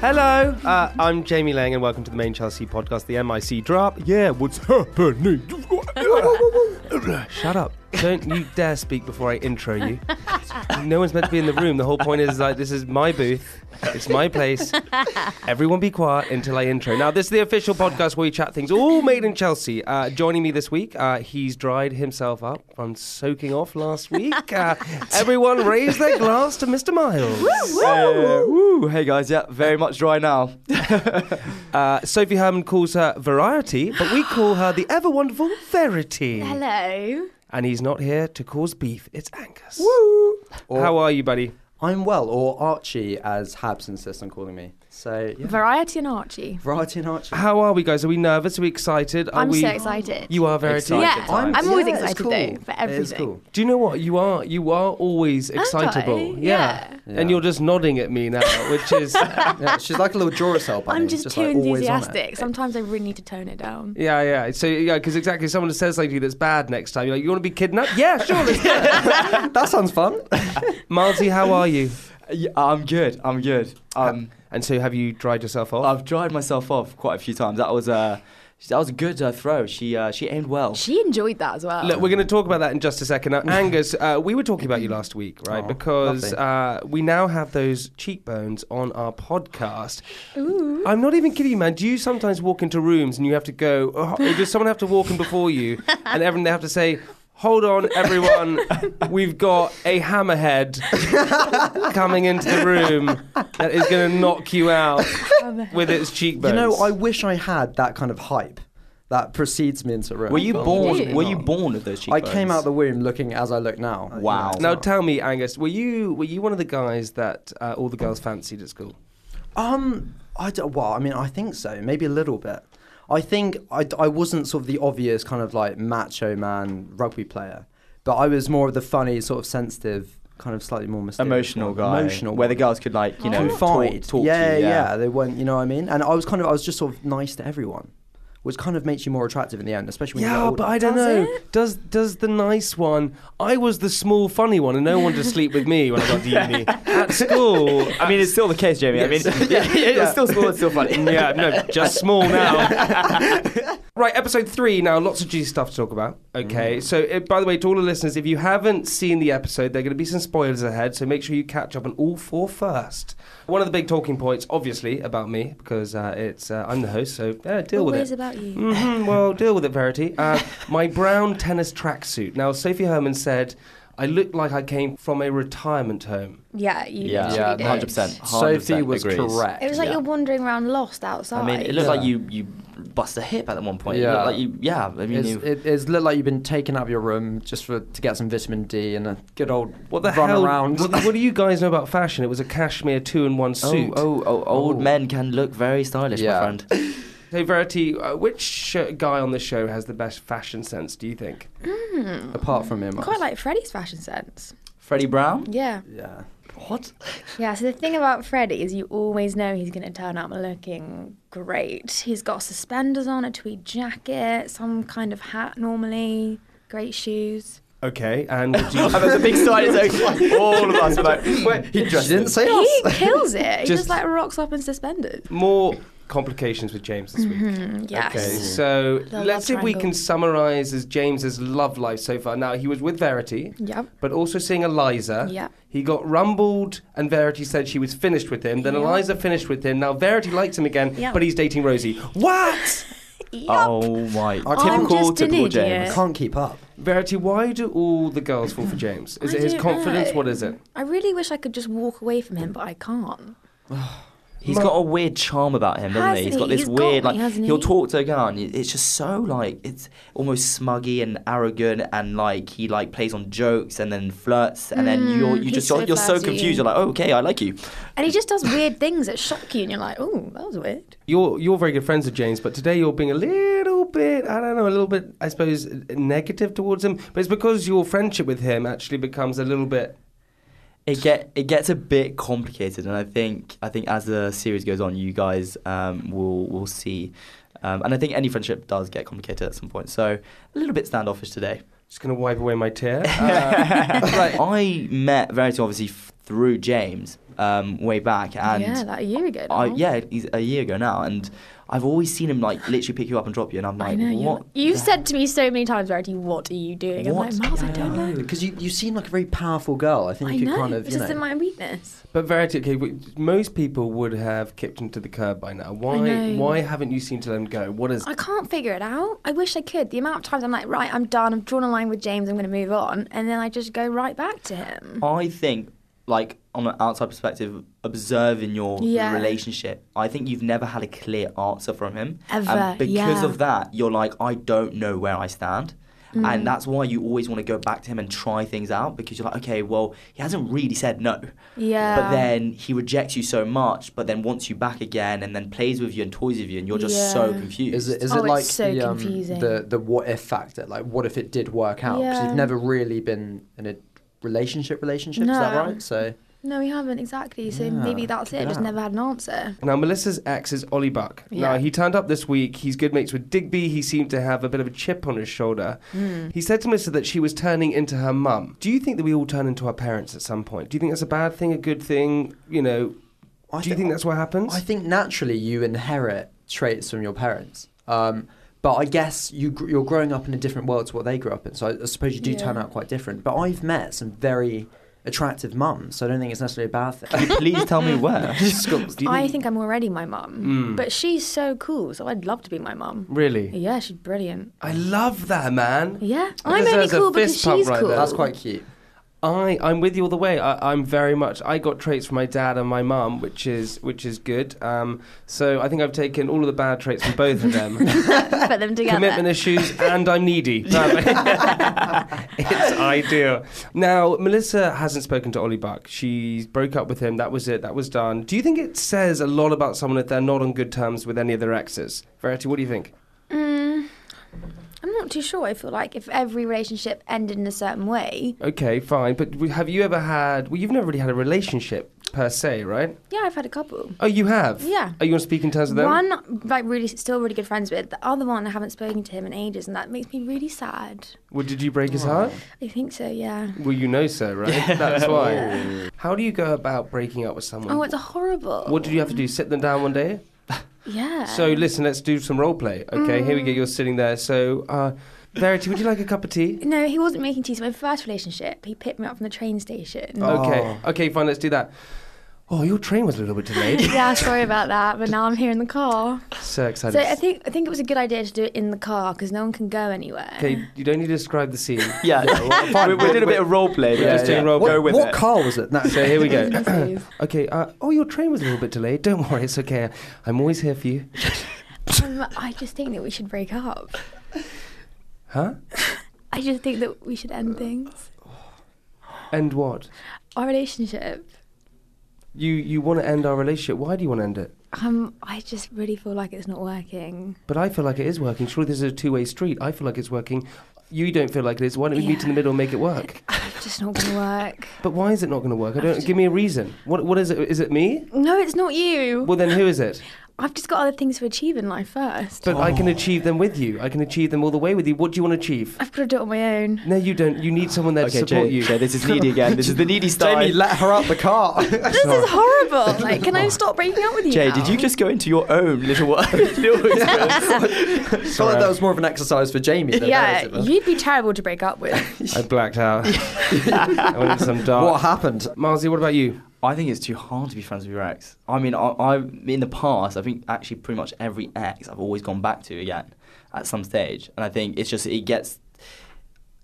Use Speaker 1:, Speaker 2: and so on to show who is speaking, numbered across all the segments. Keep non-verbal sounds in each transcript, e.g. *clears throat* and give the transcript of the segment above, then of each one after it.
Speaker 1: Hello, uh, I'm Jamie Lang, and welcome to the Main Chelsea podcast, the MIC Drop. Yeah, what's happening? Shut up. Don't you dare speak before I intro you. No one's meant to be in the room. The whole point is like this is my booth. It's my place. Everyone be quiet until I intro. Now this is the official podcast where we chat things all made in Chelsea. Uh, joining me this week, uh, he's dried himself up from soaking off last week. *laughs* Uh, everyone raise their glass to Mr. Miles.
Speaker 2: Uh, woo. Hey guys, yeah, very much dry now.
Speaker 1: Uh, Sophie Herman calls her Variety, but we call her the ever wonderful Verity.
Speaker 3: Hello.
Speaker 1: And he's not here to cause beef. It's Angus. Woo! How are you, buddy?
Speaker 2: I'm well, or Archie, as Habs insists on calling me. So, yeah.
Speaker 3: Variety and Archie.
Speaker 2: Variety and
Speaker 4: Uh,
Speaker 2: Archie.
Speaker 1: How are we, guys? Are we nervous? Are we excited? Are
Speaker 3: I'm
Speaker 1: we?
Speaker 3: so excited.
Speaker 1: You are Verity.
Speaker 2: Excited.
Speaker 3: Yeah,
Speaker 2: I'm-
Speaker 3: I'm, always
Speaker 2: yeah, it's
Speaker 3: excited
Speaker 2: cool.
Speaker 3: though for everything.
Speaker 2: It is cool.
Speaker 1: Do you know what you are? You are always excitable.
Speaker 3: I?
Speaker 1: Yeah.
Speaker 2: Yeah.
Speaker 1: And you're just nodding at me now, which
Speaker 3: *laughs*
Speaker 1: is yeah,
Speaker 2: Yeah, she's like a little Duracell bunny.
Speaker 3: I'm just, too
Speaker 2: like, always on it.
Speaker 3: enthusiastic. Sometimes I really need to tone it down.
Speaker 1: yeah. So yeah, because exactly, someone says something to you that's bad next time. You're like, you want to be kidnapped? Yeah, sure. Let's do it.
Speaker 2: *laughs* that sounds fun.
Speaker 1: *laughs* Marty, how are you?
Speaker 4: Yeah, I'm good. I'm good. Um,
Speaker 1: And so, have you dried yourself off?
Speaker 4: I've dried myself off quite a few times. That was a that was a good uh, throw. She uh, she aimed well.
Speaker 3: She enjoyed that as well.
Speaker 2: Um,
Speaker 1: Look, we're going to talk about that in just a second. Now,
Speaker 2: *laughs*
Speaker 1: Angus, uh, we were talking about you last week, right?
Speaker 2: Aw,
Speaker 1: because
Speaker 2: Oh, lovely.
Speaker 1: uh, we now have those cheekbones on our podcast. I'm not even kidding you, man. Do you sometimes walk into rooms and you have to go, oh, or does someone have to walk in before
Speaker 2: *laughs*
Speaker 1: you and everyone they have to say, Hold on, everyone. We've got a
Speaker 2: *laughs*
Speaker 1: hammerhead coming into the room that is going to knock you out with its cheekbones.
Speaker 2: You know, I wish I had that kind of hype that precedes me into a room.
Speaker 4: Were you
Speaker 2: But
Speaker 4: born?
Speaker 3: did.
Speaker 4: Were you born with those
Speaker 2: I
Speaker 4: cheekbones?
Speaker 2: came out the womb looking as I look now.
Speaker 4: Wow.
Speaker 2: You know,
Speaker 1: Now
Speaker 2: it's
Speaker 1: tell me, Angus, were you were you one of the guys that uh, all the girls fancied at school?
Speaker 2: not- um, I don't, well, I mean, I think so. Maybe a little bit. I think I, I wasn't sort of the obvious kind of like macho man rugby player, but I was more of the funny, sort of sensitive, kind of slightly more mysterious
Speaker 4: emotional
Speaker 2: one.
Speaker 4: guy.
Speaker 2: Emotional.
Speaker 4: Where
Speaker 2: one.
Speaker 4: the girls could like you know
Speaker 2: confide.
Speaker 4: talk, talk
Speaker 2: yeah,
Speaker 4: to you.
Speaker 2: yeah, They weren't, you know what I mean? And I was kind of, I was just sort of nice to everyone, which kind of makes you more attractive in the end, especially when you
Speaker 1: Yeah,
Speaker 2: get older.
Speaker 1: but I don't
Speaker 3: Does
Speaker 1: know.
Speaker 3: it?
Speaker 1: Does does the nice one? I was the small funny one, and no one to sleep with me when I
Speaker 4: *laughs*
Speaker 1: got to uni at school.
Speaker 4: I mean, it's still the case, Jamie. I mean, *laughs* *laughs* yeah, it's still small, it's still
Speaker 2: *laughs*
Speaker 1: *laughs*
Speaker 4: funny.
Speaker 1: Yeah, no, just small now.
Speaker 4: *laughs*
Speaker 1: right, episode three. Now, lots of juicy stuff to talk about.
Speaker 4: Mm.
Speaker 1: Okay, so uh, by the way, to all the listeners, if you haven't seen the episode, there are going to be some spoilers ahead, so make sure you catch up on all four first. One of the big talking points, obviously, about me because uh, it's uh, I'm the host, so uh, deal with it.
Speaker 3: always about you.
Speaker 2: Mm.
Speaker 1: hmm well, deal with it, Verity. Uh, my brown tennis tracksuit. Now, Sophie Herman said, I look like I came from a retirement home.
Speaker 3: Yeah, you
Speaker 4: Yeah,
Speaker 3: literally
Speaker 4: yeah,
Speaker 3: did.
Speaker 4: hundred percent.
Speaker 2: Sophie was
Speaker 4: agrees.
Speaker 2: correct.
Speaker 3: It was like
Speaker 4: Yeah.
Speaker 3: you're wandering around lost outside.
Speaker 4: I mean, it looked
Speaker 2: Yeah.
Speaker 4: like you you bust a hip at one point. It
Speaker 2: Yeah.
Speaker 4: looked like you, yeah. I mean,
Speaker 2: It's,
Speaker 4: you,
Speaker 2: it, it's looked like you've been taken out of your room just for to get some vitamin D and a good old
Speaker 1: What the
Speaker 2: run
Speaker 1: hell?
Speaker 2: around.
Speaker 1: What, what do you guys know about fashion? It was a cashmere two in one suit.
Speaker 4: oh, oh, oh, old
Speaker 2: Oh.
Speaker 4: men can look very stylish,
Speaker 2: Yeah.
Speaker 4: my friend.
Speaker 1: So, Verity, uh, which sh- guy on the show has the best fashion sense, do you think?
Speaker 2: Apart from him, I
Speaker 3: Quite
Speaker 2: was-
Speaker 3: like Freddie's fashion sense.
Speaker 4: Freddie
Speaker 3: *laughs*
Speaker 4: Brown. *laughs*
Speaker 3: Yeah.
Speaker 2: yeah.
Speaker 4: What?
Speaker 3: Yeah, so the thing about Freddie is you always know he's going to turn up looking great. He's got suspenders on, a tweed jacket, some kind of hat normally, great shoes.
Speaker 1: Okay, and would you.
Speaker 4: *laughs* and there's
Speaker 1: *laughs*
Speaker 4: a big sign. It's like all of us were like, wait, he
Speaker 2: She
Speaker 4: dressed
Speaker 2: didn't
Speaker 4: in-
Speaker 2: say
Speaker 3: He
Speaker 4: *laughs*
Speaker 2: us.
Speaker 3: kills it. He just,
Speaker 1: Just-
Speaker 3: like rocks up in suspenders.
Speaker 1: More complications with James this week.
Speaker 3: Mm, Yes.
Speaker 1: Okay, so
Speaker 3: The love
Speaker 1: let's see if we can
Speaker 3: triangle.
Speaker 1: summarize as James's love life so far. Now, he was with Verity.
Speaker 3: Yep.
Speaker 1: but also seeing Eliza.
Speaker 3: Yeah.
Speaker 1: He got rumbled, and Verity said she was finished with him. Then
Speaker 3: Yeah.
Speaker 1: Eliza finished with him. Now Verity likes him again,
Speaker 3: Yeah.
Speaker 1: but he's dating Rosie. What?
Speaker 3: Yep.
Speaker 4: Oh my!
Speaker 2: I'm
Speaker 4: Typical,
Speaker 3: just an
Speaker 4: typical
Speaker 3: idiot.
Speaker 2: I
Speaker 4: James.
Speaker 2: can't keep up.
Speaker 1: Verity, why do all the girls fall for James? Is
Speaker 3: I
Speaker 1: it his
Speaker 3: don't
Speaker 1: confidence?
Speaker 3: know.
Speaker 1: What is it?
Speaker 3: I really wish I could just walk away from him, but I can't.
Speaker 4: He's got a weird charm about him, doesn't he?
Speaker 3: Hasn't
Speaker 4: He's got
Speaker 3: he?
Speaker 4: this
Speaker 3: He's
Speaker 4: weird,
Speaker 3: got
Speaker 4: like
Speaker 3: me, hasn't
Speaker 4: he'll
Speaker 3: he?
Speaker 4: talk to a guy, and it's just so like it's almost smuggy and arrogant, and like he like plays on jokes and then flirts, and then you're you
Speaker 3: Mm, he's
Speaker 4: just
Speaker 3: so
Speaker 4: you're, you're so
Speaker 3: flirty.
Speaker 4: confused. You're like, oh, okay, I like you.
Speaker 3: And he just does weird things that shock you, and you're like, oh, that was weird.
Speaker 1: You're you're very good friends with James, but today you're being a little bit, I don't know, a little bit, I suppose, negative towards him. But it's because your friendship with him actually becomes a little bit.
Speaker 4: It get it gets a bit complicated, and I think I think as the series goes on, you guys um, will will see, um, and I think any friendship does get complicated at some point. So a little bit standoffish
Speaker 3: *coughs*
Speaker 4: today.
Speaker 1: Just gonna
Speaker 3: *laughs*
Speaker 1: wipe away my tear.
Speaker 4: Uh, right. I met Verity obviously f- through James, um, way back, and
Speaker 3: yeah, like a year ago.
Speaker 4: I,
Speaker 3: now.
Speaker 4: yeah, he's a year ago now, and I've always seen him like literally pick you up and drop you, and I'm like,
Speaker 3: I know.
Speaker 4: what?
Speaker 3: You, have said to me so many times, Verity, what are you doing?
Speaker 4: What?
Speaker 3: I'm like, Miles, I don't know.
Speaker 2: Because you, you seem like a very powerful girl. I think
Speaker 3: I
Speaker 2: you could
Speaker 3: know.
Speaker 2: kind of,
Speaker 3: it's
Speaker 2: you
Speaker 3: just
Speaker 2: know.
Speaker 3: in my weakness.
Speaker 1: But Verity, okay, w- most people would have kicked him to the curb by now. Why?
Speaker 3: know.
Speaker 1: Why haven't you seemed to let him go? What is?
Speaker 3: I can't figure it out. I wish I could. The amount of times I'm like, right, I'm done. I've drawn a line with James. I'm going to move on, and then I just go right back to him.
Speaker 4: I think, like, on an outside perspective, observing your
Speaker 3: Yeah.
Speaker 4: relationship, I think you've never had a clear answer from him.
Speaker 3: Ever,
Speaker 4: And because
Speaker 3: yeah.
Speaker 4: of that, you're like, I don't know where I stand.
Speaker 3: Mm.
Speaker 4: And that's why you always want to go back to him and try things out because you're like, okay, well, he hasn't really said no.
Speaker 3: Yeah.
Speaker 4: But then he rejects you so much, but then wants you back again and then plays with you and toys with you, and you're just so
Speaker 3: Yeah.
Speaker 4: confused.
Speaker 2: Is it, is
Speaker 3: Oh,
Speaker 2: it
Speaker 3: it's
Speaker 2: like
Speaker 3: so
Speaker 2: the, um,
Speaker 3: confusing.
Speaker 2: the the what if factor? Like, what if it did work out? Because
Speaker 3: Yeah.
Speaker 2: you've never really been in a relationship. Relationship is that
Speaker 3: No.
Speaker 2: right? So
Speaker 3: No, we haven't exactly. So
Speaker 2: Yeah,
Speaker 3: maybe that's
Speaker 2: could
Speaker 3: it.
Speaker 2: be
Speaker 3: I just
Speaker 2: that.
Speaker 3: never had an answer.
Speaker 1: Now Melissa's ex is Ollie Buck. Now
Speaker 3: Yeah.
Speaker 1: he turned up this week. He's good mates with Digby. He seemed to have a bit of a chip on his shoulder.
Speaker 3: Hmm.
Speaker 1: He said to Melissa that she was turning into her mum. Do you think that we all turn into our parents at some point? Do you think that's a bad thing, a good thing? You know,
Speaker 2: I
Speaker 1: do you
Speaker 2: thi-
Speaker 1: think that's what happens?
Speaker 2: I think naturally you inherit traits from your parents. Um, but I guess you, gr- you're growing up in a different world to what they grew up in. So I, I suppose you do
Speaker 3: Yeah.
Speaker 2: turn out quite different. But I've met some very attractive mums, so I don't think it's necessarily a bad
Speaker 4: *laughs*
Speaker 2: thing. *laughs*
Speaker 4: Please tell me where. *laughs*
Speaker 1: Do you
Speaker 3: I think I'm already my mum,
Speaker 1: Mm.
Speaker 3: but she's so cool. So I'd love to be my mum.
Speaker 1: really.
Speaker 3: Yeah, she's
Speaker 1: *coughs*
Speaker 3: brilliant.
Speaker 1: I love that man.
Speaker 3: Yeah,
Speaker 1: That
Speaker 3: I'm only
Speaker 1: deserves a
Speaker 3: cool because
Speaker 1: fist pump
Speaker 3: she's
Speaker 1: right
Speaker 3: cool.
Speaker 1: there.
Speaker 2: That's quite cute.
Speaker 1: I I'm with you all the way. I, I'm very much. I got traits from my dad and my mum, which is which is good. Um, so I think I've taken all of the bad traits from both of
Speaker 3: *laughs*
Speaker 1: them.
Speaker 3: Put them together.
Speaker 1: Commitment issues, and I'm
Speaker 3: *laughs*
Speaker 1: needy. Perfect. *laughs* it's ideal. Now Melissa hasn't spoken to Ollie Buck. She broke up with him. That was it. That was done. Do you think it says a lot about someone if they're not on good terms with any of their exes? Verity, what do you think?
Speaker 3: Mm, I'm not too sure. I feel like if every relationship ended in a certain way,
Speaker 1: Okay, fine. But w- have you ever had? Well, you've never really had a relationship per se, right?
Speaker 3: yeah, I've had a couple.
Speaker 1: Oh, you have.
Speaker 3: Yeah.
Speaker 1: Are you on speaking terms with them?
Speaker 3: One, like, really, still really good friends with. The other one, I haven't spoken to him in ages, and that makes me really sad.
Speaker 1: Well, did you break his heart?
Speaker 3: I think so, yeah.
Speaker 1: Well, you know so,
Speaker 3: *laughs*
Speaker 1: right? That's why. How do you go about breaking up with someone?
Speaker 3: Oh, it's horrible.
Speaker 1: Hmm. what did you have to do? Sit them down one day?
Speaker 3: Yeah.
Speaker 1: So, listen, let's do some role play. Okay, here we go. You're sitting there. So, uh, Verity, would you like a cup of tea?
Speaker 3: No, he wasn't making tea. So my first relationship, he picked me up from the train station.
Speaker 1: Okay, okay, fine, let's do that. Oh, your train was a little bit
Speaker 3: *laughs*
Speaker 1: delayed.
Speaker 3: Yeah, sorry about that, but now I'm here in the car.
Speaker 1: so excited.
Speaker 3: So uh, I think I think it was a good idea to do it in the car because no one can go anywhere.
Speaker 1: okay, you don't need to describe the
Speaker 3: *laughs*
Speaker 1: scene.
Speaker 4: Yeah,
Speaker 2: fine.
Speaker 4: we're, we're doing a bit of role play.
Speaker 1: We're just doing role
Speaker 4: Go
Speaker 1: play.
Speaker 2: What,
Speaker 4: with
Speaker 2: what
Speaker 4: it.
Speaker 2: car
Speaker 4: *laughs*
Speaker 2: was it? No,
Speaker 1: So here we go. *clears throat*
Speaker 3: Businesses.
Speaker 1: okay. Uh, oh, your train was a little bit delayed. Don't worry, it's okay. I'm always here for you.
Speaker 3: Um, I just think that we should break up.
Speaker 1: Huh?
Speaker 3: I just think that we should end things.
Speaker 1: And what?
Speaker 3: Our relationship.
Speaker 1: You you want to end our relationship? Why do you want to end it?
Speaker 3: Um, I just really feel like it's not working.
Speaker 1: But I feel like it is working. Surely this is a two way street. I feel like it's working. You don't feel like it is. Why don't we meet in the
Speaker 3: Yeah.
Speaker 1: middle and make it work?
Speaker 3: It's just not gonna work.
Speaker 1: But why is it not going to work? I don't. Give me a reason. What what is it? Is it me?
Speaker 3: No, it's not you.
Speaker 1: Well, then who is it?
Speaker 3: I've just got other things to achieve in life first.
Speaker 1: But I
Speaker 4: Oh.
Speaker 1: can achieve them with you. I can achieve them all the way with you. What do you want to achieve?
Speaker 3: I've got to do it on my own.
Speaker 1: No, you don't. You need someone there
Speaker 4: Okay,
Speaker 1: to support
Speaker 4: Jay,
Speaker 1: you.
Speaker 4: Jay, this is *laughs* needy again. This is the needy style.
Speaker 2: Jamie let her out
Speaker 4: *laughs*
Speaker 2: the car.
Speaker 3: This is horrible. Like, can I stop breaking up with you?
Speaker 4: Jay,
Speaker 3: now?
Speaker 4: did you just go into your own little world? *laughs*
Speaker 2: Felt like that was more of an exercise for Jamie. Than *laughs*
Speaker 3: Yeah,
Speaker 2: Meredith.
Speaker 3: you'd be terrible to break up with.
Speaker 1: I blacked
Speaker 4: *laughs*
Speaker 1: out. I went into some
Speaker 2: What
Speaker 1: dark.
Speaker 2: happened?
Speaker 1: Marzi, what about you?
Speaker 4: I think it's too hard to be friends with your ex. I mean, I, I in the past, I think actually pretty much every ex I've always gone back to again at some stage, and I think it's just it gets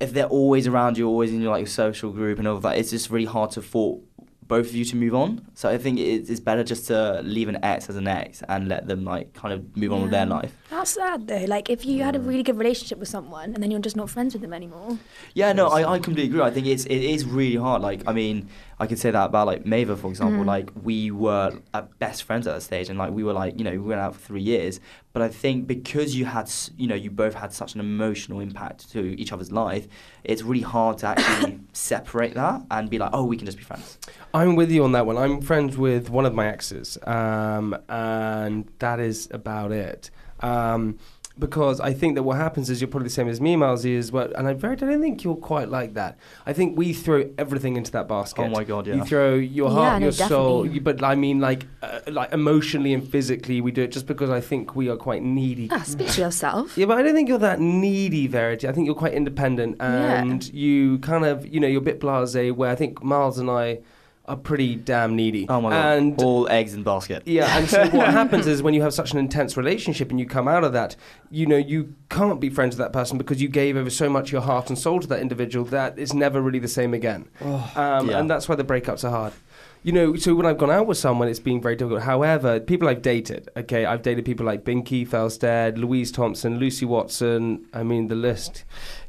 Speaker 4: if they're always around you, always in your like social group and all that. It's just really hard to for both of you to move on. So I think it, it's better just to leave an ex as an ex and let them like kind of move on with their
Speaker 3: Yeah.
Speaker 4: life.
Speaker 3: That's sad though. Like, if you had a really good relationship with someone and then you're just not friends with them anymore.
Speaker 4: Yeah, no, I, I completely agree. I think it's it is really hard. Like, I mean, I could say that about like Maver, for example.
Speaker 3: Mm.
Speaker 4: Like, we were uh, best friends at that stage, and like we were like you know we went out for three years. But I think because you had s- you know you both had such an emotional impact to each other's life, it's really hard to actually separate that and be like, oh, we can just be friends.
Speaker 1: I'm with you on that one. I'm friends with one of my exes, um, and that is about it. Um, because I think that what happens is you're probably the same as me, Milesy, is well, and I very I don't think you're quite like that. I think we throw everything into that basket.
Speaker 4: Oh my God, yeah.
Speaker 1: You throw your
Speaker 3: Yeah,
Speaker 1: heart,
Speaker 3: no,
Speaker 1: your soul,
Speaker 3: definitely.
Speaker 1: you- but I mean like uh, like emotionally and physically, we do it just because I think we are quite
Speaker 3: *laughs*
Speaker 1: needy.
Speaker 3: Ah, speak to yourself.
Speaker 1: Yeah, but I don't think you're that needy, Verity. I think you're quite independent,
Speaker 3: Yeah.
Speaker 1: and you kind of, you know, you're a bit blasé. Where I think Miles and I are pretty damn needy.
Speaker 4: Oh my god!
Speaker 1: And
Speaker 4: All eggs in basket.
Speaker 1: yeah, and so what happens is when you have such an intense relationship and you come out of that, you know, you can't be friends with that person because you gave over so much of your heart and soul to that individual that it's never really the same again. um,
Speaker 4: Yeah.
Speaker 1: And that's why the breakups are hard. You know, so when I've gone out with someone, it's been very difficult. However, people I've dated, okay, I've dated people like Binky Felstead, Louise Thompson, Lucy Watson. I mean, the list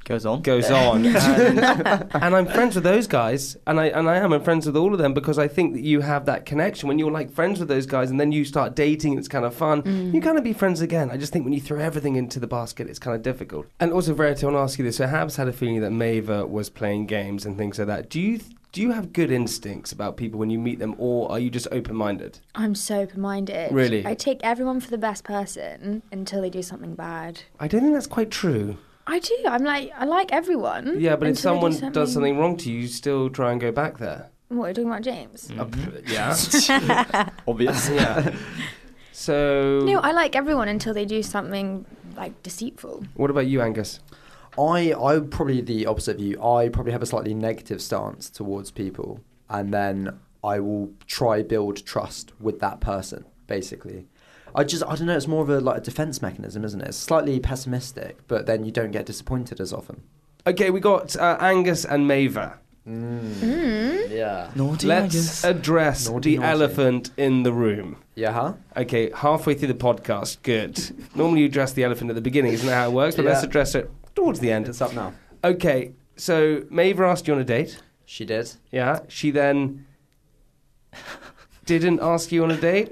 Speaker 4: Goes on.
Speaker 1: goes on.
Speaker 4: *laughs*
Speaker 1: and, and I'm friends with those guys, and I and I am. I'm friends with all of them because I think that you have that connection when you're like friends with those guys, and then you start dating. It's kind of fun.
Speaker 3: Mm.
Speaker 1: You kind of be friends again. I just think when you throw everything into the basket, it's kind of difficult. And also, Verity, I want to ask you this. So Habs had a feeling that Maver was playing games and things like that. Do you? Do you have good instincts about people when you meet them, or are you just open-minded?
Speaker 3: I'm so open-minded.
Speaker 1: Really?
Speaker 3: I take everyone for the best person until they do something bad.
Speaker 1: I don't think that's quite true.
Speaker 3: I do. I'm like, I like everyone.
Speaker 1: Yeah, but
Speaker 3: until they
Speaker 1: if
Speaker 3: do
Speaker 1: someone does something wrong to you, you still try and go back there.
Speaker 3: What are you talking about, James?
Speaker 1: Mm. Yeah. *laughs*
Speaker 4: Obvious.
Speaker 1: yeah. So.
Speaker 3: No, I like everyone until they do something like deceitful.
Speaker 1: What about you, Angus?
Speaker 2: I I'm probably the opposite of you. I probably have a slightly negative stance towards people, and then I will try build trust with that person. Basically, I just I don't know. It's more of a like a defense mechanism, isn't it? It's slightly pessimistic, but then you don't get disappointed as often.
Speaker 1: Okay, we got uh, Angus and Maver.
Speaker 2: Yeah.
Speaker 4: Naughty uh,
Speaker 1: Let's address
Speaker 2: Naughty,
Speaker 1: the
Speaker 2: naughty.
Speaker 1: elephant in the room.
Speaker 2: Yeah. Huh.
Speaker 1: Okay, halfway through the podcast, good. Normally you address the elephant at the beginning, isn't that how it works? But let's
Speaker 2: Yeah.
Speaker 1: address it towards the end.
Speaker 2: It's up now.
Speaker 1: Okay, so Maver asked you on a date.
Speaker 2: She did.
Speaker 1: *laughs* Yeah, she
Speaker 2: *laughs*
Speaker 1: then didn't ask you on a date.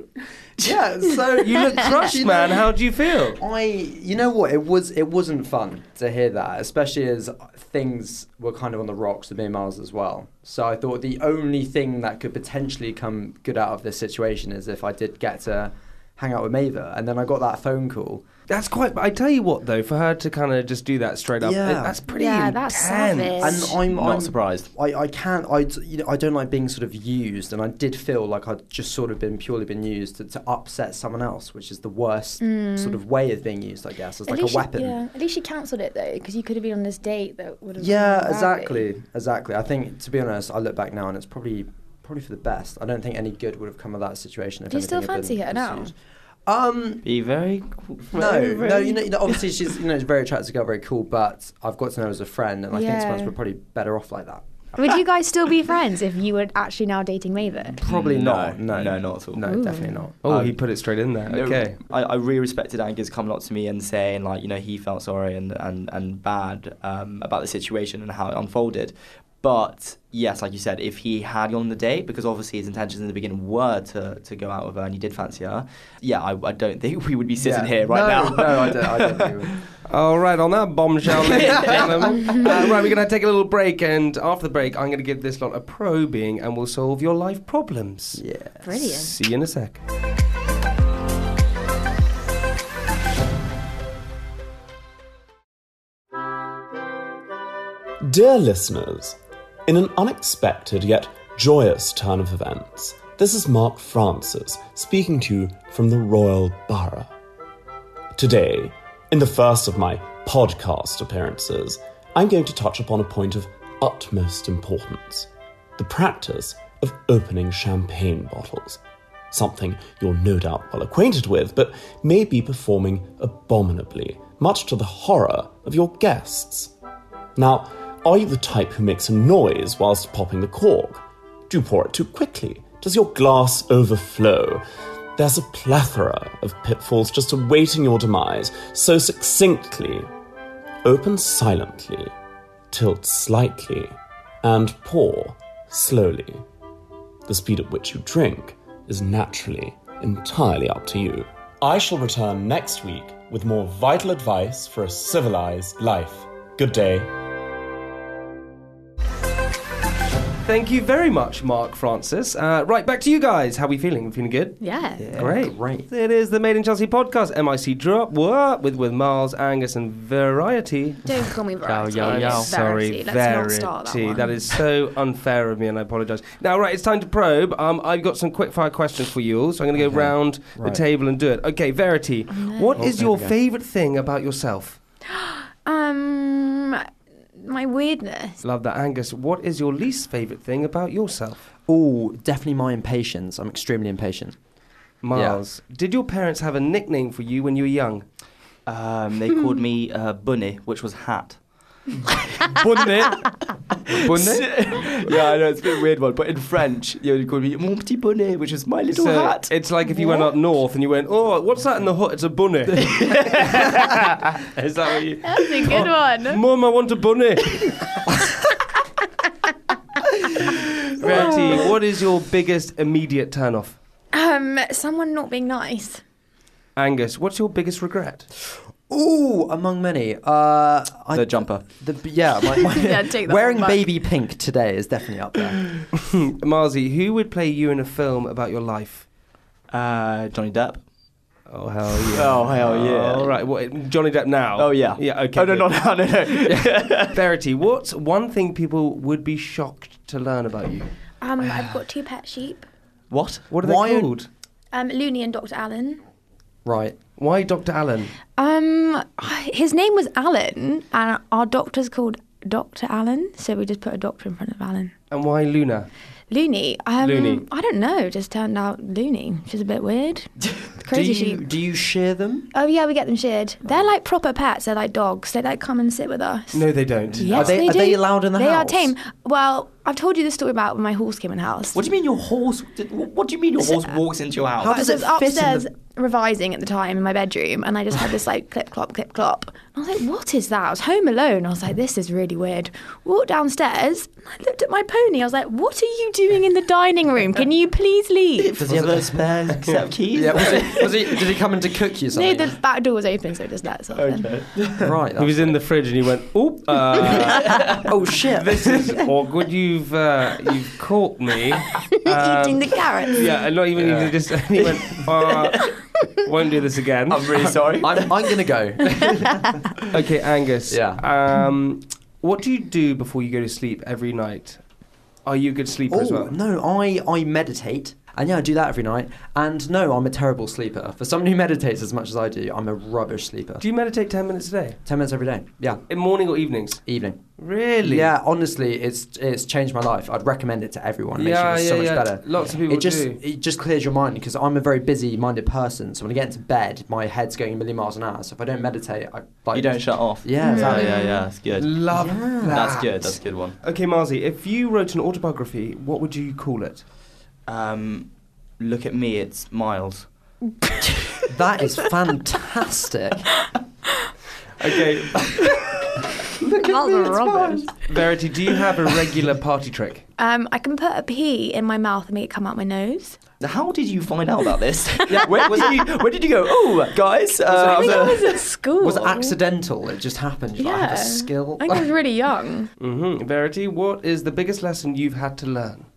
Speaker 2: Yeah. So
Speaker 1: You
Speaker 2: *laughs*
Speaker 1: look crushed, man. How do you feel?
Speaker 2: I, you know what, it was it wasn't fun to hear that, especially as things were kind of on the rocks with me and Miles as well. So I thought the only thing that could potentially come good out of this situation is if I did get to hang out with Maver, and then I got that phone call.
Speaker 1: That's quite. I tell you what, though, for her to kind of just do that straight up,
Speaker 2: Yeah.
Speaker 1: that's pretty
Speaker 3: Yeah,
Speaker 1: intense.
Speaker 3: that's savage.
Speaker 2: And I'm
Speaker 4: Not
Speaker 2: I'm,
Speaker 4: surprised.
Speaker 2: I, I can't I d- you know I don't like being sort of used, and I did feel like I'd just sort of been purely been used to, to upset someone else, which is the worst sort of way of being used, I guess, as like a
Speaker 3: least
Speaker 2: weapon.
Speaker 3: You, yeah. Mm. At least you cancelled it though, because you could have been on this date that would have.
Speaker 2: Yeah,
Speaker 3: gone badly.
Speaker 2: exactly, exactly. I think to be honest, I look back now and it's probably probably for the best. I don't think any good would have come of that situation. If
Speaker 3: Do you still
Speaker 2: anything had
Speaker 3: fancy
Speaker 2: been
Speaker 3: her now?
Speaker 2: pursued. Um,
Speaker 4: Be very.
Speaker 2: no, no. You know, you know, obviously she's you know she's a very attractive girl, very cool. But I've got to know her as a friend, and I think
Speaker 3: Yeah.
Speaker 2: sometimes we're probably better off like that.
Speaker 3: Would you guys still be friends if you were actually now dating Maver?
Speaker 2: Probably
Speaker 4: No,
Speaker 2: not. No,
Speaker 4: Mm, no, not at all.
Speaker 2: No,
Speaker 3: Ooh.
Speaker 2: definitely not.
Speaker 1: Oh,
Speaker 4: Um,
Speaker 1: he put it straight in there.
Speaker 4: No,
Speaker 1: Okay.
Speaker 4: I, I really respected Angus coming up to me and saying like, you know, he felt sorry and and and bad um, about the situation and how it unfolded. But yes, like you said, if he had gone on the date, because obviously his intentions in the beginning were to, to go out with her and he did fancy her, yeah, I, I don't think *laughs* we would be sitting
Speaker 2: Yeah.
Speaker 4: here right now.
Speaker 2: no, no, I don't. I
Speaker 4: *laughs*
Speaker 2: don't think we would.
Speaker 1: All right, on that bombshell, ladies and gentlemen. Uh, right, we're going to take a little break, and after the break, I'm going to give this lot a probing, and we'll solve your life problems.
Speaker 2: Yeah.
Speaker 1: *laughs*
Speaker 3: Brilliant.
Speaker 1: See you in a sec.
Speaker 5: Dear listeners, in an unexpected yet joyous turn of events, this is Mark Francis speaking to you from the Royal Borough. Today, in the first of my podcast appearances, I'm going to touch upon a point of utmost importance the practice of opening champagne bottles. Something you're no doubt well acquainted with, but may be performing abominably, much to the horror of your guests. Now, are you the type who makes a noise whilst popping the cork? Do you pour it too quickly? Does your glass overflow? There's a plethora of pitfalls just awaiting your demise, so succinctly. Open silently, tilt slightly, and pour slowly. The speed at which you drink is naturally entirely up to you. I shall return next week with more vital advice for a civilized life. Good day.
Speaker 1: Thank you very much, Mark Francis. Uh, right, back to you guys. How we feeling? Feeling good?
Speaker 3: Yeah.
Speaker 1: Great.
Speaker 4: Great.
Speaker 1: It is the Made in Chelsea podcast, MIC Drop, what? With, with Miles, Angus, and Variety.
Speaker 3: Don't call me variety.
Speaker 4: yo, yo.
Speaker 3: It's
Speaker 1: Sorry,
Speaker 3: Variety. Let's not start that
Speaker 1: Verity.
Speaker 3: one.
Speaker 1: that is so unfair of me, and I apologise. Now, right, it's time to probe. Um, I've got some quickfire questions for you all, so I'm going to go round
Speaker 2: Right.
Speaker 1: the table and do it. Okay, Verity, what
Speaker 4: Oh,
Speaker 1: is
Speaker 4: there
Speaker 1: your
Speaker 4: we go.
Speaker 1: favourite thing about yourself?
Speaker 3: Um, my weirdness.
Speaker 1: Love that, Angus. What is your least favourite thing about yourself?
Speaker 2: Oh, definitely my impatience. I'm extremely impatient.
Speaker 1: Miles, did your parents have a nickname for you when you were
Speaker 3: *laughs*
Speaker 1: young?
Speaker 4: Um, they called me uh, Bunny, which was
Speaker 2: *laughs*
Speaker 4: hat.
Speaker 1: Bunne. Bunne?
Speaker 4: yeah, I know it's a bit weird one, but in French, you would call me Mon petit bonnet, which is my little
Speaker 1: So
Speaker 4: hat.
Speaker 1: it's like if you went up north and you went, oh, what's that in the hut? It's a bunny.
Speaker 3: *laughs*
Speaker 1: *laughs* Is that what you?
Speaker 3: That's a good one.
Speaker 1: Mum, I want a *laughs* bunny. Verity, what is your biggest immediate turn off?
Speaker 3: Um, someone not being nice.
Speaker 1: Angus, what's your biggest regret?
Speaker 2: Ooh, among many. Uh, I,
Speaker 4: the jumper.
Speaker 2: the yeah, my,
Speaker 3: *laughs*
Speaker 2: my,
Speaker 3: Yeah, take that
Speaker 2: wearing
Speaker 3: one back.
Speaker 2: baby pink today is definitely up there.
Speaker 1: Marzi, who would play you in a film about your life?
Speaker 4: Uh, Johnny Depp.
Speaker 1: Oh, hell yeah.
Speaker 4: Oh, hell yeah.
Speaker 1: All right, what, Johnny Depp now.
Speaker 4: Oh, yeah.
Speaker 1: Yeah, okay.
Speaker 4: Oh, no,
Speaker 1: good.
Speaker 4: no, no, no,
Speaker 1: *laughs*
Speaker 4: no.
Speaker 1: Verity, what's one thing people would be shocked to learn about you?
Speaker 3: Um, I've got two pet sheep.
Speaker 4: what?
Speaker 1: What are
Speaker 2: Why-
Speaker 1: they called?
Speaker 3: Um, Looney and Dr. Allen.
Speaker 2: Right.
Speaker 1: Why Dr. Allen?
Speaker 3: Um, his name was Allen, and our doctor's called Dr. Allen, so we just put a doctor in front of Allen.
Speaker 1: And why Luna?
Speaker 3: Looney. Um,
Speaker 1: Looney.
Speaker 3: I don't know. Just turned out loony, which is a bit weird. Crazy
Speaker 2: do you
Speaker 3: sheep.
Speaker 2: do you shear them?
Speaker 3: Oh yeah, we get them sheared. They're like proper pets. They're like dogs. They like come and sit with us.
Speaker 1: No, they don't.
Speaker 3: Yes,
Speaker 2: Are they-
Speaker 3: they,
Speaker 2: are
Speaker 3: do.
Speaker 2: they allowed in the
Speaker 3: they
Speaker 2: house?
Speaker 3: They are tame. Well, I've told you the story about when my horse came in the house.
Speaker 4: What do you mean your horse? did- What do you mean your horse walks into your house?
Speaker 2: How
Speaker 3: I
Speaker 2: does
Speaker 3: was
Speaker 2: it fit in
Speaker 3: upstairs
Speaker 2: the-
Speaker 3: revising at the time in my bedroom, and I just had this like clip clop clip clop. And I was like, "What is that?" I was home alone. I was like, "This is really weird." Walked downstairs. And I looked at my pony. I was like, "What are you doing in the dining room? Can you please leave?"
Speaker 2: *laughs*
Speaker 4: Does he have a spare set of keys?
Speaker 2: Yeah. Was it, was it, did he come in to cook you
Speaker 3: No,
Speaker 2: something?
Speaker 3: the back door was open, so it just lets us in.
Speaker 2: right.
Speaker 1: He was in the fridge and he went, "Oh, uh,
Speaker 2: *laughs* oh shit.
Speaker 1: this is awkward. You've uh, you've caught
Speaker 2: *laughs*
Speaker 1: me."
Speaker 3: *laughs*
Speaker 1: Um,
Speaker 3: Eating
Speaker 2: Um,
Speaker 3: the carrots.
Speaker 1: Yeah, and not even
Speaker 4: Yeah.
Speaker 1: he just *laughs* and he went, uh, "Won't do this again."
Speaker 2: Oh.
Speaker 4: I'm really sorry.
Speaker 2: *laughs* I'm, I'm gonna *laughs* go.
Speaker 1: Okay, Angus.
Speaker 2: Yeah.
Speaker 1: Um, what do you do before you go to sleep every night? Are you a good sleeper as
Speaker 2: Oh
Speaker 1: well?
Speaker 2: no, I I meditate. And yeah, I do that every night. And no, I'm a terrible sleeper. For someone who meditates as much as I do, I'm a rubbish sleeper.
Speaker 1: Do you meditate ten minutes a day,
Speaker 2: Ten minutes every day. Yeah,
Speaker 1: in morning or evenings?
Speaker 2: evening.
Speaker 1: Really?
Speaker 2: Yeah, honestly, it's it's changed my life. I'd recommend it to everyone. It makes
Speaker 1: Yeah,
Speaker 2: you
Speaker 1: yeah,
Speaker 2: feel so
Speaker 1: yeah.
Speaker 2: much better.
Speaker 1: Lots of people
Speaker 2: It just
Speaker 1: do.
Speaker 2: it just clears your mind because I'm a very busy-minded person. So when I get into bed, my head's going a million miles an hour. So if I don't meditate, I like
Speaker 4: You don't shut off.
Speaker 2: Yeah,
Speaker 4: Yeah,
Speaker 2: exactly.
Speaker 4: yeah, yeah. That's good.
Speaker 1: Love that.
Speaker 4: That's good. That's a good one.
Speaker 1: Okay, Marzi, if you wrote an autobiography, what would you call it?
Speaker 4: Um, look at me. It's Miles.
Speaker 2: That is
Speaker 1: *laughs*
Speaker 2: fantastic.
Speaker 1: Okay,
Speaker 3: That's rubbish.
Speaker 1: Verity, do you have a *laughs* regular party trick?
Speaker 3: Um, I can put a pea in my mouth and make it come out my nose.
Speaker 4: How did you find out about
Speaker 2: *laughs*
Speaker 4: this? yeah, where, was you, where did you go? Oh, guys. Uh,
Speaker 2: I
Speaker 3: I
Speaker 4: was
Speaker 3: think
Speaker 4: a-
Speaker 3: I was at school.
Speaker 2: *laughs* was accidental. It just happened. You're like, I have a skill.
Speaker 3: I think I was really young.
Speaker 2: *laughs*
Speaker 1: Mm-hmm. Verity, what is the biggest lesson you've had to learn?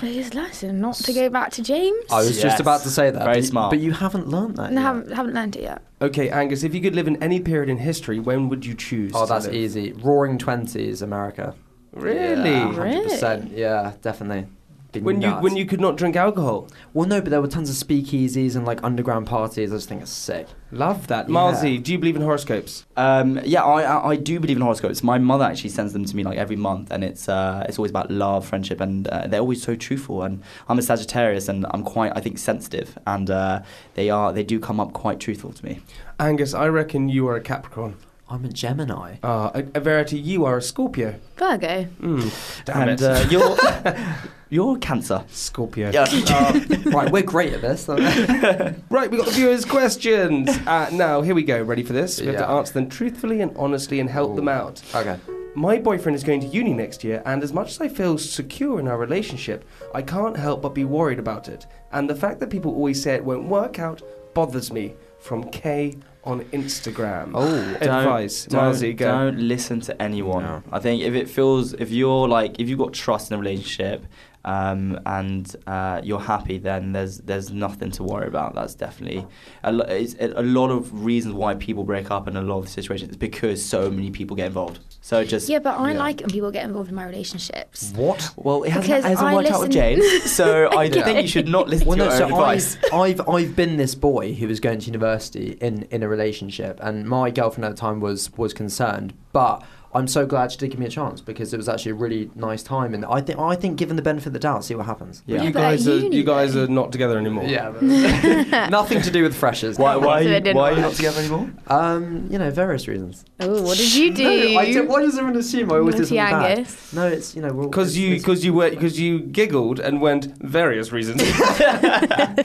Speaker 3: Biggest lesson not to go back to James.
Speaker 4: *laughs*
Speaker 2: I was
Speaker 4: Yes.
Speaker 2: just about to say that.
Speaker 4: Very
Speaker 2: but,
Speaker 4: smart.
Speaker 2: But you haven't learned that.
Speaker 3: and I
Speaker 2: yet.
Speaker 3: haven't, haven't learned it yet.
Speaker 1: Okay, Angus, if you could live in any period in history, when would you choose?
Speaker 2: Oh,
Speaker 1: to
Speaker 2: that's
Speaker 1: live?
Speaker 2: easy. Roaring twenties, America.
Speaker 1: Really?
Speaker 2: Yeah,
Speaker 3: Really?
Speaker 2: 100%. Yeah, definitely. Be
Speaker 1: When you
Speaker 2: nuts.
Speaker 1: when you could not drink alcohol.
Speaker 2: well, no, but there were tons of speakeasies and like underground parties. I just think it's sick.
Speaker 1: Love that.
Speaker 2: Yeah.
Speaker 1: Marzi, do you believe in horoscopes?
Speaker 4: Um, yeah, I, I, I do believe in horoscopes. My mother actually sends them to me like every month, and it's uh, it's always about love, friendship, and uh, they're always so truthful. And I'm a Sagittarius, and I'm quite I think sensitive, and uh, they are they do come up quite truthful to me.
Speaker 1: Angus, I reckon you are a Capricorn.
Speaker 2: I'm
Speaker 1: *laughs*
Speaker 2: a Gemini.
Speaker 1: Uh, a, a Verity, you are a Scorpio.
Speaker 3: Virgo.
Speaker 1: Mm, damn
Speaker 4: and
Speaker 1: it.
Speaker 4: Uh, you're
Speaker 1: *laughs*
Speaker 4: *laughs* you're a Cancer.
Speaker 1: Scorpio.
Speaker 4: Yeah.
Speaker 1: Oh.
Speaker 2: right, we're great at this. *laughs* aren't we?
Speaker 1: Right, we got the *laughs* viewers' questions. Uh, now, here we go. Ready for this? We have to
Speaker 2: Yeah.
Speaker 1: answer them truthfully and honestly and help them
Speaker 2: Ooh.
Speaker 1: out.
Speaker 2: okay.
Speaker 1: My boyfriend is going to uni next year, and as much as I feel secure in our relationship, I can't help but be worried about it. And the fact that people always say it won't work out bothers me. From K on Instagram.
Speaker 2: Oh,
Speaker 4: Don't-
Speaker 1: advice,
Speaker 4: Don't,
Speaker 1: Marzi, go.
Speaker 4: don't listen to anyone.
Speaker 2: No.
Speaker 4: I think if it feels, if you're like, if you've got trust in a relationship um, and uh, you're happy, then there's there's nothing to worry about. That's definitely a, lo- it's, a lot of reasons why people break up in a lot of situations is because so many people get involved. So just
Speaker 3: Yeah, but I
Speaker 2: Yeah. Mm.
Speaker 3: like it when people get involved in my relationships.
Speaker 2: What?
Speaker 4: well, it hasn't,
Speaker 3: Because
Speaker 4: hasn't
Speaker 3: I
Speaker 4: worked out with
Speaker 3: listen-
Speaker 4: Jane,
Speaker 3: *laughs*
Speaker 4: so I think you should not listen
Speaker 2: Well,
Speaker 4: to
Speaker 2: no,
Speaker 4: your
Speaker 2: so
Speaker 4: own advice.
Speaker 2: I've, I've I've been this boy who was going to university in in a relationship, and my girlfriend at the time was was concerned, but. I'm so glad she did give me a chance because it was actually a really nice time, and I think I think given the benefit of the doubt, see what happens.
Speaker 4: Yeah.
Speaker 1: You
Speaker 3: but at
Speaker 1: guys, are,
Speaker 3: uni,
Speaker 1: you guys
Speaker 3: though.
Speaker 1: are not together anymore.
Speaker 3: *laughs*
Speaker 2: Yeah, nothing to do with freshers.
Speaker 4: Why, why,
Speaker 3: So it didn't
Speaker 4: why are you
Speaker 3: work.
Speaker 4: not together anymore?
Speaker 2: Um, you know, various reasons.
Speaker 3: Oh, what did you do?
Speaker 2: *laughs* No, I did, why does everyone assume I always do
Speaker 3: Naughty
Speaker 2: something bad?
Speaker 3: Angus.
Speaker 2: No, it's you know we're all-
Speaker 1: Because
Speaker 2: it's-
Speaker 1: you,
Speaker 2: it's-
Speaker 1: because you were, because you giggled and went various
Speaker 4: *laughs*
Speaker 1: reasons. *laughs*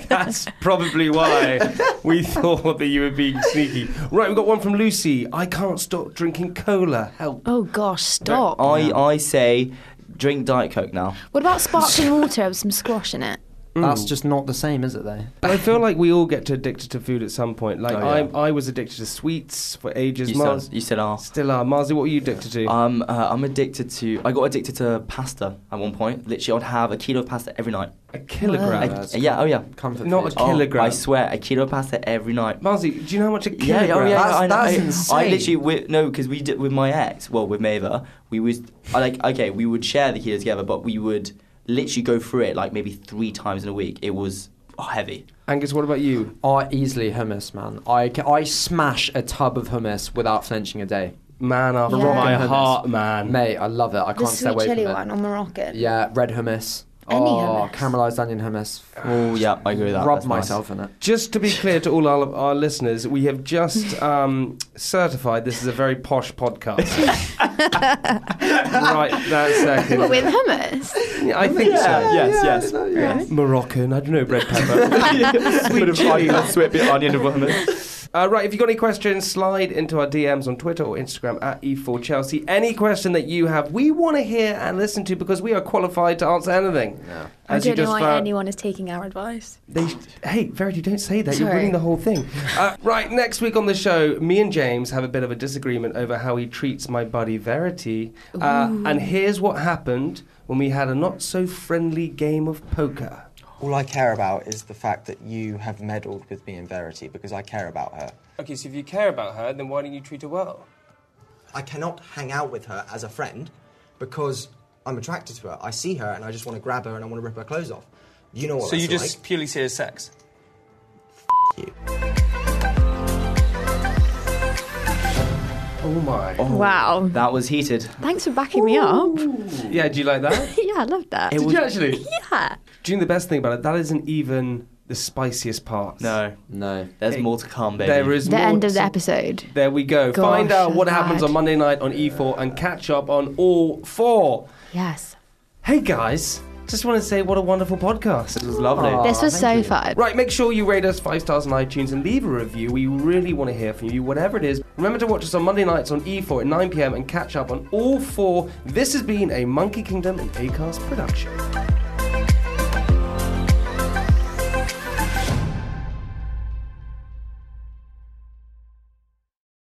Speaker 1: That's probably why we *laughs* thought that you were being sneaky. Right, we've got one from Lucy. I can't stop drinking cola. Help.
Speaker 3: Oh gosh, stop.
Speaker 4: I, I say drink Diet Coke now.
Speaker 3: What about sparkling
Speaker 2: *laughs*
Speaker 3: water with some squash in it?
Speaker 4: Mm.
Speaker 2: that's just not the same, is it? Though.
Speaker 1: I feel like we all get addicted to food at some point. Like
Speaker 4: Oh, yeah.
Speaker 1: I, I was addicted to sweets for ages.
Speaker 4: You,
Speaker 1: Mars,
Speaker 4: said, you said, oh.
Speaker 1: still are. Marzi, what were you addicted to?
Speaker 4: Um, uh, I'm addicted to. I got addicted to pasta at one point. Literally, I'd have a kilo of pasta every night.
Speaker 1: a
Speaker 4: A-
Speaker 1: kilogram.
Speaker 2: Wow. that's
Speaker 4: yeah, oh yeah.
Speaker 2: Comfort
Speaker 1: Not
Speaker 2: food.
Speaker 1: a Ah, kilogram.
Speaker 4: Oh, I swear, a kilo of pasta every night.
Speaker 1: Marzi, do you know how much a
Speaker 4: Yeah,
Speaker 1: kilogram?
Speaker 4: yeah, oh, yeah,
Speaker 2: That's-
Speaker 4: I know. I-
Speaker 2: that's
Speaker 4: I,
Speaker 2: insane.
Speaker 4: literally we, no, because we did with my ex. Well, with Mava, we was I like okay, we would share the kilo together, but we would literally go through it like maybe three times in a week. It was heavy.
Speaker 1: Angus, what about you?
Speaker 2: I easily hummus, man. I, ca- I smash a tub of hummus without flinching a day.
Speaker 1: Man after
Speaker 3: Yeah.
Speaker 1: my
Speaker 2: Hummus.
Speaker 1: heart, man.
Speaker 2: Mate, I love it. I
Speaker 3: The
Speaker 2: can't stay
Speaker 3: sweet
Speaker 2: away
Speaker 3: chili
Speaker 2: from
Speaker 3: one
Speaker 2: it.
Speaker 3: on Moroccan.
Speaker 2: Yeah, red hummus.
Speaker 3: Any
Speaker 2: oh,
Speaker 3: hummus.
Speaker 2: caramelized onion hummus.
Speaker 4: Oh yeah, I agree with that.
Speaker 2: Rub
Speaker 4: That's nice.
Speaker 2: myself in it.
Speaker 1: Just to be clear to all our, our listeners, we have *laughs* just um, certified this is a very posh *laughs* podcast. right that
Speaker 3: What,
Speaker 1: second.
Speaker 3: with hummus?
Speaker 2: *laughs*
Speaker 1: I think so.
Speaker 4: yes, yes.
Speaker 1: Moroccan, I don't know, bread pepper. *laughs*
Speaker 4: Bit of
Speaker 1: chili.
Speaker 4: onion, sweet bit of onion and hummus.
Speaker 1: uh, right, if you've got any questions, slide into our DMs on Twitter or Instagram at E4Chelsea. Any question that you have, we want to hear and listen to because we are qualified to answer anything.
Speaker 2: Yeah.
Speaker 3: I
Speaker 1: As you
Speaker 3: don't know
Speaker 1: just
Speaker 3: why
Speaker 1: found-
Speaker 3: anyone is taking our advice.
Speaker 1: They, hey, Verity, don't say that. You're
Speaker 3: Sorry.
Speaker 1: ruining the whole thing. Uh, right, next week on the show, me and James have a bit of a disagreement over how he treats my buddy Verity. Uh, and here's what happened when we had a not so friendly game of poker.
Speaker 6: All I care about is the fact that you have meddled with me and Verity because I care about her.
Speaker 1: Okay, so if you care about her, then why don't you treat her well?
Speaker 6: I cannot hang out with her as a friend because I'm attracted to her. I see her and I just want to grab her and I want to rip her clothes off. You know what
Speaker 7: So
Speaker 6: that's
Speaker 7: you just
Speaker 6: like.
Speaker 7: purely see it as sex?
Speaker 1: Oh my.
Speaker 3: Wow.
Speaker 4: That was heated.
Speaker 3: Thanks for backing me up.
Speaker 1: Yeah, do you like that?
Speaker 3: *laughs* yeah, I love
Speaker 1: *laughs*
Speaker 3: that.
Speaker 1: Did you actually?
Speaker 3: yeah.
Speaker 1: Do you know the best thing about it? That isn't even the spiciest part.
Speaker 4: No,
Speaker 2: No.
Speaker 4: there's more to come, baby.
Speaker 1: There is
Speaker 3: The
Speaker 1: more
Speaker 3: end of
Speaker 1: to-
Speaker 3: the episode.
Speaker 1: There we go.
Speaker 3: Gosh,
Speaker 1: Find out what
Speaker 3: I'm
Speaker 1: happens
Speaker 3: glad.
Speaker 1: on Monday night on E4 and catch up on all four.
Speaker 3: Yes.
Speaker 1: Hey guys, just want to say what a wonderful podcast.
Speaker 4: This was lovely.
Speaker 3: this was so
Speaker 2: Oh, thank you.
Speaker 3: fun.
Speaker 1: Right, make sure you rate us five stars on iTunes and leave a review. We really want to hear from you, whatever it is. Remember to watch us on Monday nights on E4 at 9 pm and catch up on all four. This has been a Monkey Kingdom and ACAST production.